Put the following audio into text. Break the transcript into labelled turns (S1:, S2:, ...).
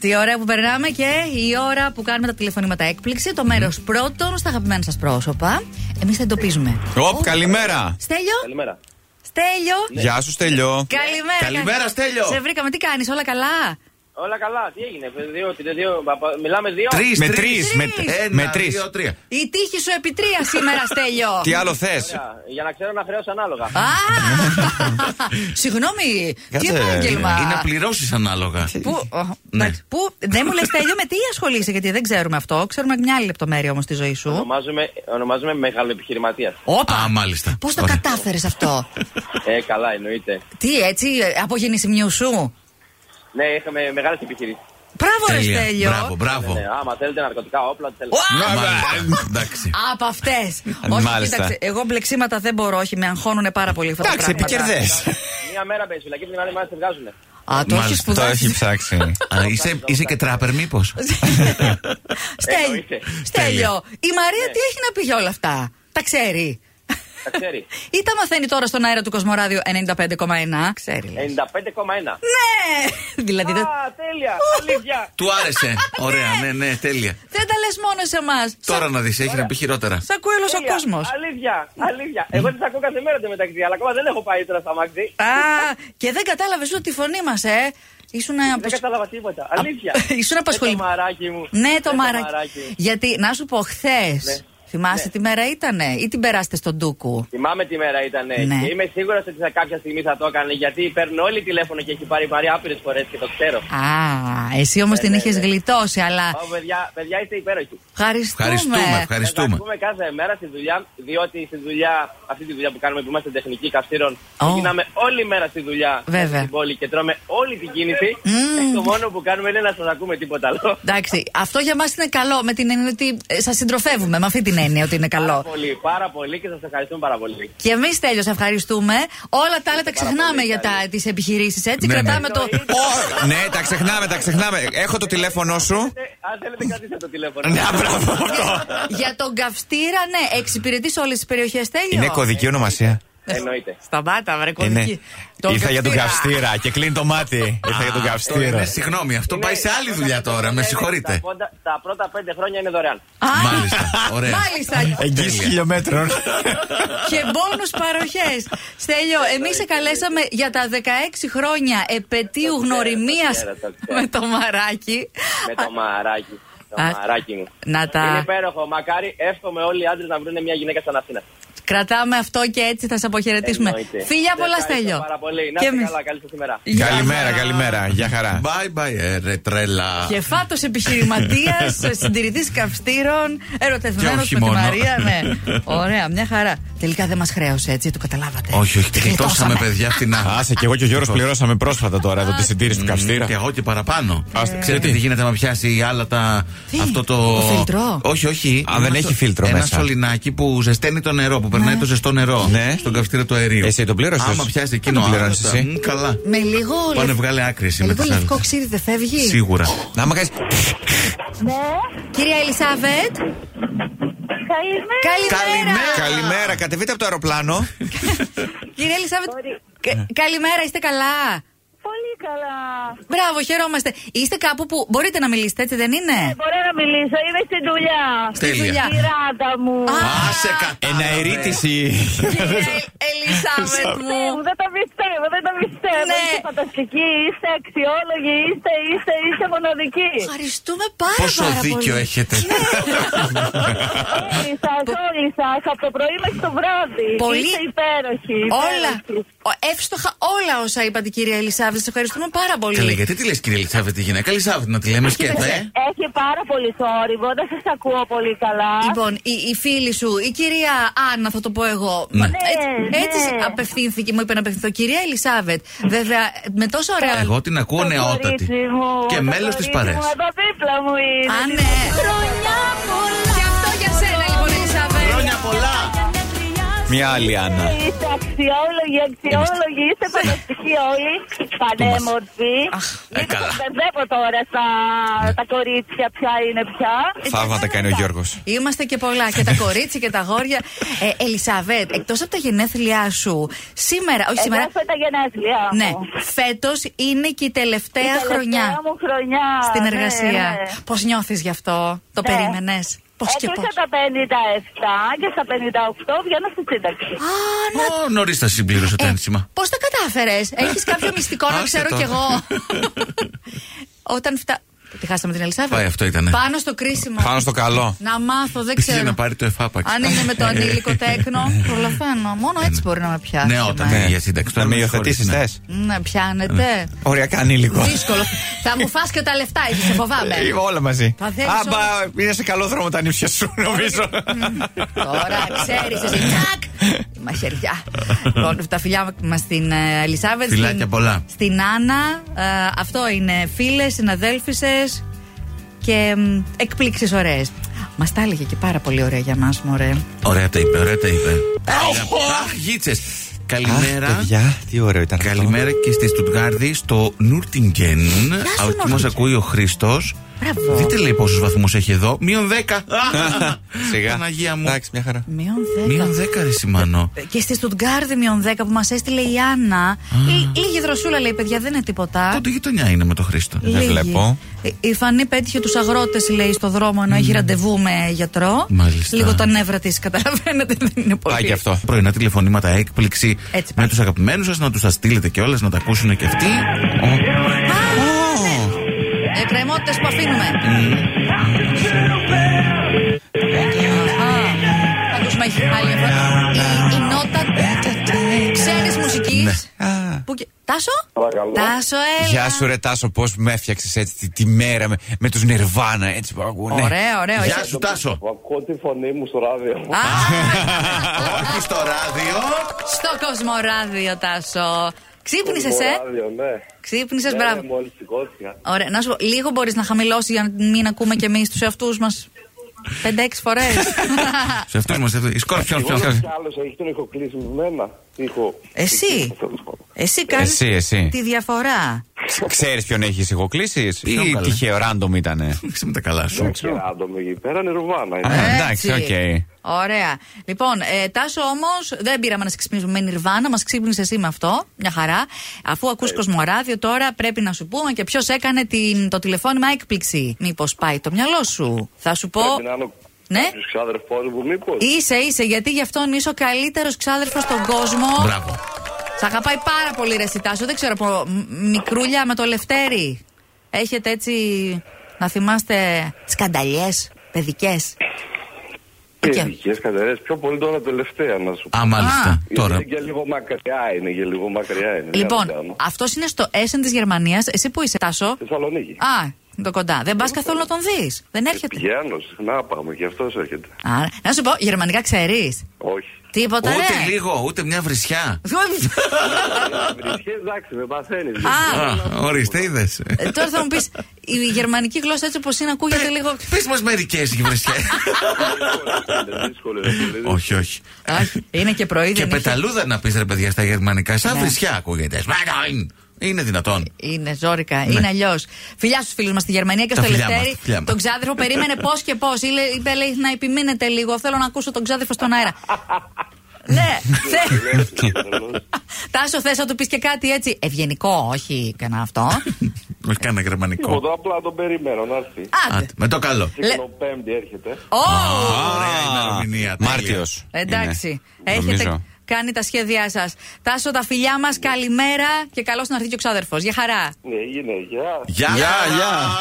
S1: Τι ωραία που περνάμε και η ώρα που κάνουμε τα τηλεφωνήματα έκπληξη. Το μέρος πρώτον στα αγαπημένα σας πρόσωπα. Εμείς θα εντοπίζουμε.
S2: Οπ, καλημέρα.
S1: Στέλιο.
S3: Καλημέρα.
S1: Στέλιο.
S2: Γεια σου, Στέλιο.
S1: Καλημέρα.
S2: Καλημέρα, Στέλιο.
S1: Σε βρήκαμε, τι κάνεις, όλα καλά.
S3: Όλα καλά, τι έγινε, δύο, δύο, δύο, μιλάμε δύο.
S4: Τρεις,
S2: Με τρεις.
S1: Τρεις.
S2: Με τρει.
S4: τρία.
S1: Η τύχη σου επί τρία σήμερα, Στέλιο.
S2: Τι άλλο θες.
S3: Ωραία, Ναι, Για να ξέρω να χρέωσω ανάλογα.
S1: Α! Συγγνώμη, τι επάγγελμα.
S4: Είναι πληρώσεις ανάλογα.
S1: Πού,
S2: Ε,
S1: αχ,
S4: Ναι.
S1: εντάξει, πού- δεν μου λες, Τέλειο, με τι ασχολείσαι, γιατί δεν ξέρουμε αυτό. Ξέρουμε μια άλλη λεπτομέρεια όμως τη ζωή σου.
S3: Ονομάζομαι, ονομάζομαι μεγάλο επιχειρηματίας.
S4: Α, μάλιστα.
S1: Πώς το
S4: Ωραία.
S1: κατάφερες αυτό.
S3: Ε, καλά, εννοείται.
S1: τι, έτσι, ε, από γεννησιμιού σου.
S3: Ναι, είχαμε μεγάλες επιχειρήσεις.
S1: Μπράβο, ρε
S4: Τέλεια.
S1: Στέλιο.
S4: Μπράβο, μπράβο.
S3: Ναι, άμα θέλετε ναρκωτικά όπλα, τι θέλετε.
S1: Ω,
S4: Μάλιστα. Εντάξει.
S1: Από αυτές. Όχι,
S2: Μάλιστα.
S1: κοίταξε. Εγώ μπλεξίματα δεν μπορώ, όχι, με αγχώνουν πάρα πολύ αυτά τα
S2: Εντάξει,
S1: πράγματα.
S2: επικερδές.
S3: Μία μέρα παίζεις φυλακή, την άλλη μέρα σε βγάζουνε.
S1: Α, το έχεις
S4: Μάλιστα,
S2: Το έχει
S1: σπουδάσει.
S2: ψάξει.
S4: Α, είσαι, είσαι και τράπερ, μήπως.
S1: Στέλιο,
S3: Εννοείται. Ναι.
S1: Στέλιο, η Μαρία τι έχει να πει για όλα αυτά. Τα ξέρει.
S3: Τα ξέρει.
S1: Ή τα μαθαίνει τώρα στον αέρα του Κοσμοράδιο 95,1. Ξέρει. λες.
S3: 95,1.
S1: Ναι! δηλαδή δεν,
S3: Ε. Α, τέλεια, αλήθεια.
S4: Του άρεσε. Ωραία, ναι, ναι, τέλεια.
S1: δεν τα λες μόνο σε εμάς.
S4: Τώρα να δεις, έχει να πει χειρότερα.
S1: Σ' ακούει όλος ο
S3: Τέλεια,
S1: κόσμος.
S3: Αλήθεια, αλήθεια. Εγώ τις ακούω κάθε μέρα το μεταξύ, αλλά ακόμα δεν έχω πάει τώρα στα μάξι.
S1: Α, και δεν κατάλαβες ούτε τη φωνή μας, ε. Ήσουν
S3: Δεν
S1: απασχολημένο.
S3: κατάλαβα τίποτα. Αλήθεια.
S1: Ήσουν
S3: Ε, Το
S1: απασχολημένο.
S3: μαράκι μου.
S1: Ναι,
S3: Ε,
S1: το μαράκι. Γιατί να σου πω, χθες.
S3: Ναι.
S1: Θυμάσαι
S3: Ναι.
S1: τι μέρα ήτανε ή την περάσετε στον Τούκου.
S3: Θυμάμαι τι μέρα ήταν. ε,
S1: Ναι.
S3: Και είμαι σίγουρος ότι θα κάποια στιγμή θα το έκανε γιατί παίρνω όλη τηλέφωνο και έχει πάρει πάρει άπειρες φορές και το ξέρω.
S1: Α, εσύ όμως την
S3: ναι,
S1: είχες
S3: ναι.
S1: γλιτώσει, αλλά.
S3: Ω, παιδιά, παιδιά είστε υπέροχοι.
S4: Ευχαριστούμε,
S1: Ευχαριστούμε.
S3: Θα τα
S4: ευχαριστούμε.
S3: ακούμε κάθε μέρα στη δουλειά, διότι στη δουλειά, αυτή τη δουλειά που κάνουμε που είμαστε τεχνικοί καυσήρων,
S1: Ω.
S3: γίναμε όλη μέρα στη δουλειά
S1: Βέβαια.
S3: στην πόλη και τρώμε όλη την κίνηση.
S1: Μμμ.
S3: Ε, Το μόνο που κάνουμε είναι να σας ακούμε τίποτα άλλο.
S1: Εντάξει, αυτό για μας είναι καλό με την έννοια ότι σας συντροφεύουμε, με αυτή την έννοια ότι είναι
S3: Πάρα
S1: καλό.
S3: πολύ, πάρα πολύ και σας ευχαριστούμε πάρα πολύ.
S1: Και εμείς τέλειω ευχαριστούμε. Όλα τα άλλα τα ξεχνάμε
S3: πολύ,
S1: για τα, τις επιχειρήσεις έτσι.
S4: Ναι, ναι.
S1: Κρατάμε το...
S2: Ω, Ναι, τα ξεχνάμε, τα ξεχνάμε. Έχω το τηλέφωνό σου.
S3: Ε, Αν θέλετε, κρατήστε το τηλέφωνο.
S2: Ναι, μπράβο αυτό.
S1: για τον καυστήρα, ναι, εξυπηρετείς όλες τις περιοχές τέλειος.
S2: Είναι κωδική ονομασία.
S3: Εννοείται.
S1: Σταμάτα, βρε
S2: Είναι.
S1: κωδική. Τον
S2: Ήρθα για τον
S1: καυστήρα.
S2: καυστήρα και κλείνει το μάτι. Ήρθα για τον
S4: Α, ωραία, ναι,
S2: καυστήρα.
S4: Συγγνώμη, αυτό πάει σε άλλη δουλειά τώρα, με
S3: Είναι-
S4: συγχωρείτε.
S3: Τα, πρώτα- τα πρώτα πέντε χρόνια είναι δωρεάν.
S1: Α,
S4: Μάλιστα, ωραία.
S1: Μάλιστα.
S2: Εγγύηση
S4: Τέλεια.
S2: χιλιόμετρων.
S1: και μπόνους παροχές Στέλιο, εμείς σε καλέσαμε για τα 16 χρόνια επαιτίου
S3: Το ξέρω,
S1: γνωριμίας
S3: το ξέρω, το ξέρω.
S1: με το μαράκι.
S3: Με το μαράκι. Το
S1: Α,
S3: μαράκι μου.
S1: να τα-
S3: Είναι υπέροχο. Μακάρι εύχομαι όλοι οι άντρες να βρουν μια γυναίκα σαν αυτήν.
S1: Κρατάμε αυτό και έτσι θα σε αποχαιρετήσουμε.
S3: Εννοείται.
S1: Φιλιά
S3: Σε
S1: πολλά,
S3: ευχαριστώ
S1: Στέλιο.
S3: πάρα πολύ. Να
S1: Και
S3: είστε
S1: εμείς.
S3: καλά. Καλή σας ημέρα.
S1: Γεια
S2: Καλημέρα,
S1: χαρά.
S2: καλημέρα. Γεια χαρά.
S4: Bye bye, ε, ρε τρέλα.
S1: Και φάτο επιχειρηματίας, συντηρητής καυστήρων, ερωτευμένος
S4: Και
S1: με
S4: όχι
S1: τη
S4: μόνο.
S1: Μαρία. Ναι. Ωραία, μια χαρά. Τελικά δεν μας χρέωσε, έτσι, το καταλάβατε.
S4: Όχι, όχι, τη γλιτώσαμε,
S1: Γλιτώσαμε.
S4: παιδιά, φτηνά.
S2: Άσε και εγώ και ο Γιώργος πληρώσαμε πρόσφατα τώρα εδώ τη συντήρηση του
S4: Και
S2: καυστήρα.
S4: εγώ και παραπάνω.
S2: Άστε.
S4: Ξέρετε τι γίνεται να πιάσει η άλλα τα.
S1: Τι?
S4: Αυτό το.
S1: Το φίλτρο?
S4: Όχι, όχι.
S2: Α, δεν
S4: Ένας
S2: έχει
S4: σο-
S2: φίλτρο
S4: Ένας
S2: μέσα.
S4: σωληνάκι που ζεσταίνει το νερό, που περνάει το ζεστό νερό.
S2: Ναι.
S4: Στον καυστήρα του αερίου.
S2: Εσύ τον πλήρωσες?
S4: Άμα πιάσει
S2: Δεν
S4: εκείνο.
S2: τον πληρώνεις
S4: άνετα,
S2: εσύ.
S4: μ, Καλά.
S1: Με λίγο.
S4: Πάνε
S1: λευ-
S4: βγάλε άκρηση
S1: με
S4: με
S1: λίγο
S4: τις
S1: λευκό
S4: άλλες.
S1: ξύδι Ε, δεν φεύγει.
S4: Σίγουρα.
S2: Να μα κάνεις.
S5: Ναι,
S1: Κυρία Ελισάβετ,
S5: καλημέρα.
S1: καλημέρα.
S2: Καλημέρα, κατεβείτε από το αεροπλάνο.
S1: Κυρία Ελισάβετ, κα- καλημέρα, είστε καλά.
S5: Πολύ καλά.
S1: Μπράβο, χαιρόμαστε. Είστε κάπου που μπορείτε να μιλήσετε, έτσι δεν είναι.
S5: Ε, Μπορώ να μιλήσω, είμαι στη δουλειά.
S1: Στη
S4: Τέλεια.
S1: δουλειά.
S5: Η ράτα μου.
S1: Α,
S4: Άσε
S2: Ε,
S4: κατά.
S2: ναι. Εναερίτηση.
S1: Κυρία Ε- Ελισάβετ
S5: Θεέ
S1: μου.
S5: μου, Δεν τα πιστεύω, δεν τα πιστεύω.
S1: Ναι.
S5: Είστε φανταστικοί, είστε αξιόλογοι, είστε, είστε, είστε μοναδικοί.
S1: Ευχαριστούμε πάρα
S4: Πόσο
S1: πάρα πολύ. Ναι.
S4: δίκιο έχετε.
S5: όλοι σα, όλοι σα, Ε, από το πρωί μέχρι το βράδυ.
S1: Πολύ-
S5: Είστε υπέροχοι.
S1: Όλα.
S5: υπέροχοι.
S1: Ο- Εύστοχα όλα όσα είπα την κυρία Ελισάβη. Σε ευχαριστούμε πάρα πολύ.
S4: Καλά, γιατί τη λες, κύριε Ελισάβετ, τη γυναίκα. Ελισάβετ, να τη λέμε σκέτα, ε.
S5: Έχει πάρα πολύ θόρυβο, δεν σας ακούω πολύ καλά.
S1: Λοιπόν, η, η φίλη σου, η κυρία Άννα, θα το πω εγώ.
S4: Ναι.
S1: Μα- έτσι-
S5: Ναι,
S1: έτσι
S5: ναι.
S1: απευθύνθηκε, μου είπε να απευθυνθώ. Κυρία Ελισάβετ, βέβαια, με τόσο ωραία.
S4: Εγώ την ακούω
S5: Το
S4: νεότατη.
S5: κορίτσι μου,
S4: Και
S5: το
S4: μέλος της
S5: κορίτσι
S4: παρέα.
S5: μου, εδώ δίπλα μου είναι.
S1: Α, ναι. Και αυτό για σένα, λοιπόν, Ελισάβετ.
S4: Χρόνια πολλά.
S2: Μια άλλη Άννα.
S5: Είστε αξιόλογοι, αξιόλογοι, είστε φανταστικοί όλοι. Πανέμορφοι.
S1: Αχ,
S4: ε,
S5: Λίγο
S4: καλά.
S5: σας μπερδεύω τώρα στα τα κορίτσια, ποια είναι πια.
S2: Θαύματα κάνει ο Γιώργος.
S1: Είμαστε και πολλά. Και τα κορίτσια και τα γόρια. Ε, Ελισαβέτ, εκτός από τα γενέθλιά σου, σήμερα. Όχι σήμερα.
S5: Εγώ στα τα γενέθλιά μου.
S1: Ναι, φέτος είναι και η τελευταία,
S5: Η τελευταία
S1: χρονιά
S5: μου χρονιά.
S1: στην
S5: ναι,
S1: εργασία.
S5: ναι.
S1: Πώς νιώθεις γι' αυτό, το
S5: Ναι.
S1: περίμενες. Πώς και πώ.
S5: Έκλεισα τα 57 και στα 58 βγαίνω στη σύνταξη.
S4: Ω, νωρίς τα συμπλήρωσε
S1: Ε,
S4: το ένσημα.
S1: Πώς τα κατάφερες, Έχεις κάποιο μυστικό να
S4: Άσε
S1: ξέρω
S4: το.
S1: κι εγώ. Όταν φτα. Τη χάσαμε την Ελισάβετ.
S4: Πάει, αυτό ήτανε.
S1: Πάνω στο κρίσιμο.
S2: Πάνω στο καλό.
S1: Να μάθω, δεν
S4: Πήγε
S1: ξέρω.
S4: να πάρει το εφάπαξ.
S1: Αν είναι με το ανήλικο τέκνο, προλαβαίνω. Μόνο έτσι μπορεί να με πιάσει.
S4: Ναι, όταν
S1: εμένα.
S4: είναι για σύνταξη.
S2: Να
S4: Τώρα
S2: με
S4: με
S2: υιοθετήσει,
S4: συγχωρείς,
S2: θε.
S4: ναι.
S1: Ναι, πιάνετε.
S2: Οριακά ανήλικο.
S1: Δύσκολο. Θα μου φας και τα λεφτά, έτσι σε φοβάμαι.
S2: Ε, Όλα μαζί.
S1: Τα θέλεις
S2: Άμπα, είναι σε καλό δρόμο τα νύψια σου, νομίζω.
S1: Τώρα ξέρεις εσύ. Τσακ! Μαχαιριά. λοιπόν, τα φιλιά μα στην ε, Ελισάβετ.
S4: Φιλάκια
S1: στην-
S4: πολλά.
S1: Στην Άννα. Ε, αυτό είναι φίλε, συναδέλφισε και εκπλήξεις ωραίες. Μας τα έλεγε και πάρα πολύ ωραία για μας, μωρέ.
S4: Ωραία τα είπε, ωραία τα είπε. Αχ, γίτσες.
S2: Αχ,
S4: Καλημέρα.
S2: παιδιά, τι ωραίο ήταν. αυτό.
S4: Καλημέρα και στη Στουτγκάρδη, στο Νούρτιγκεν.
S1: σου,
S4: Εκεί μας
S1: Νούρτιγκεν.
S4: ακούει ο Χρήστος.
S1: Μπράβο.
S4: Δείτε λέει πόσους βαθμούς έχει εδώ. Μείον 10.
S2: Σιγά.
S4: Παναγία μου.
S2: Εντάξει, μια χαρά.
S1: Μείον
S4: Μείον
S1: 10.
S4: 10 ρε Σιμάνο.
S1: Και στη Στουτγκάρδη μείον 10 που μας έστειλε η Άννα. Λί- Λίγη δροσούλα λέει, παιδιά, δεν είναι τίποτα.
S4: Τότε γειτονιά είναι με τον Χρήστο.
S2: Δεν
S1: Λίγη.
S2: βλέπω. Ναι.
S1: Ε, Η Φανή πέτυχε τους αγρότες, λέει, στο δρόμο ενώ έχει ραντεβού με γιατρό.
S4: Μάλιστα.
S1: Λίγο τα νεύρα της, καταλαβαίνετε, δεν είναι πολύ.
S2: Πάει και αυτό.
S4: Πρωινά τηλεφωνήματα έκπληξη
S1: Έτσι πάει.
S4: με τους αγαπημένους σας, να τους τα στείλετε κιόλας, να τα ακούσουν και αυτοί.
S1: Εκκρεμότητε που αφήνουμε. Αχα. Θα ακούσουμε άλλη φορά. Η- Η νότα ξένη μουσική. Τάσο? Τάσο, έλα.
S2: Ναι. Γεια σου, ρε Τάσο, πώς με έφτιαξες έτσι τη, τη μέρα με, με τους Νερβάνα έτσι που ακούνε.
S1: Ωραίο, ωραίο.
S4: Γεια
S1: Είσαι-
S4: σου, Τάσο.
S3: Ακούω τη φωνή μου στο ράδιο.
S1: Α,
S4: Όχι στο ράδιο.
S1: Στο κοσμοράδιο, Τάσο. Ξύπνησες, ε.
S3: Ράδιο, ναι.
S1: Ξύπνησες,
S3: Ναι,
S1: μπράβο.
S3: ναι, Μόλις σηκώθηκα.
S1: Ωραία, να σου πω, λίγο μπορείς να χαμηλώσει για να μην ακούμε κι εμείς τους εαυτούς μας. 5-6 φορέ.
S4: Σε αυτό είμαστε. Η Σκόρπιον,
S3: Εγώ λέω κι άλλος έχεις τον ηχοκλείσει με μένα. Ήχο.
S1: Εσύ.
S3: Τέλος πάντων.
S1: Εσύ κάνεις
S2: Εσύ, εσύ.
S1: τη διαφορά.
S2: Ξέρεις ποιον έχεις ηχοκλήσει
S4: Ποιον,
S2: ή
S4: καλά.
S2: τυχαίο random ήταν.
S4: Μην τα καλά σου.
S3: Δεν ξέρω. Άντομο εκεί πέρα είναι Ρουβάνα.
S2: Α,
S3: είναι.
S2: εντάξει,
S1: Έτσι.
S2: οκ.
S1: Ωραία. Λοιπόν, ε, Τάσο όμως, δεν πήραμε να σε ξυπνήσουμε με Νιρβάνα, μας ξύπνησε εσύ με αυτό. Μια χαρά. Αφού
S3: Ε.
S1: ακού Κοσμοράδιο, τώρα πρέπει να σου πούμε και ποιος έκανε την, το τηλεφώνημα έκπληξη. Μήπως πάει το μυαλό σου. Θα σου πω.
S3: Πρέπει να είναι ο-
S1: Ναι.
S3: κάποιος ξάδερφός μου μήπως.
S1: Είσαι, είσαι, γιατί γι' αυτόν είσαι ο καλύτερος ξάδερφος στον κόσμο.
S4: Μπράβο.
S1: Σ' αγαπάει πάρα πολύ ρε Σιτάσο. Δεν ξέρω από μικρούλια με το Λευτέρι. Έχετε έτσι να θυμάστε σκανταλιές παιδικές.
S3: Τι
S1: Και-
S3: ειδικές κατερές. Πιο πολύ τώρα τελευταία να σου πω.
S4: Α, μάλιστα.
S3: Γιατί
S4: Τώρα.
S3: Και λίγο μακριά είναι, και λίγο μακριά είναι.
S1: Λοιπόν,
S3: Τι να κάνω.
S1: αυτός είναι στο Essen της Γερμανίας. Εσύ που είσαι, Τάσο.
S3: Θεσσαλονίκη. Ε,
S1: Α, είναι το κοντά. Δεν πας καθόλου να τον δεις. Δεν έρχεται.
S3: Πηγαίνω, συχνά πάμε και αυτός έρχεται.
S1: Α, να σου πω, γερμανικά ξέρεις.
S3: Όχι.
S1: Τίποτα, ναι.
S4: Ούτε
S1: ρε.
S4: λίγο, ούτε μια βρισιά.
S3: Βρισχέ, εντάξει, με παθαίνεις.
S1: Α,
S4: Α, Ορίστε, είδες.
S1: ε, τώρα θα μου πεις, η γερμανική γλώσσα έτσι όπως είναι ακούγεται λίγο...
S4: Πες μας μερικές βρισιές.
S3: Δύσκολο, δύσκολο.
S4: Όχι, όχι.
S1: Όχι, είναι και πρωί,
S4: Και
S1: δεν είχε-
S4: πεταλούδα να πεις ρε παιδιά στα γερμανικά. Σαν
S1: Ναι.
S4: βρισιά ακούγεται. Σμαγκάιν. Είναι δυνατόν.
S1: Είναι ζώρικα, είναι αλλιώς. Φιλιά στους φίλους μας στη Γερμανία και
S4: Ναι. Τα
S1: στο
S4: φιλιά μας,
S1: Ελευθέρη.
S4: τα φιλιά μας.
S1: Τον ξάδερφο περίμενε πώς και πώς. Είπε, λέει, να επιμείνετε λίγο. Θέλω να ακούσω τον ξάδερφο στον αέρα. ναι, θε... Τάσο, θες να του πεις και κάτι έτσι. Ευγενικό, όχι κανένα αυτό.
S4: Όχι κανένα γερμανικό.
S3: Τίποτα, απλά τον περιμένω να έρθει.
S1: Άντε.
S4: Άντε, με το καλό.
S1: Λε-
S3: Πέμπτη έρχεται.
S1: Ω!
S4: Ωραία ημερομηνία. τέλεια.
S2: Μάρτιος.
S1: Εντάξει. Έχετε κάνει τα σχέδιά σας. Τάσο, τα φιλιά μας, καλημέρα και καλώς να έρθει και ο ξάδερφος. Για χαρά.
S3: Ναι, είναι, γεια.
S4: Γεια,
S2: Γεια, γεια.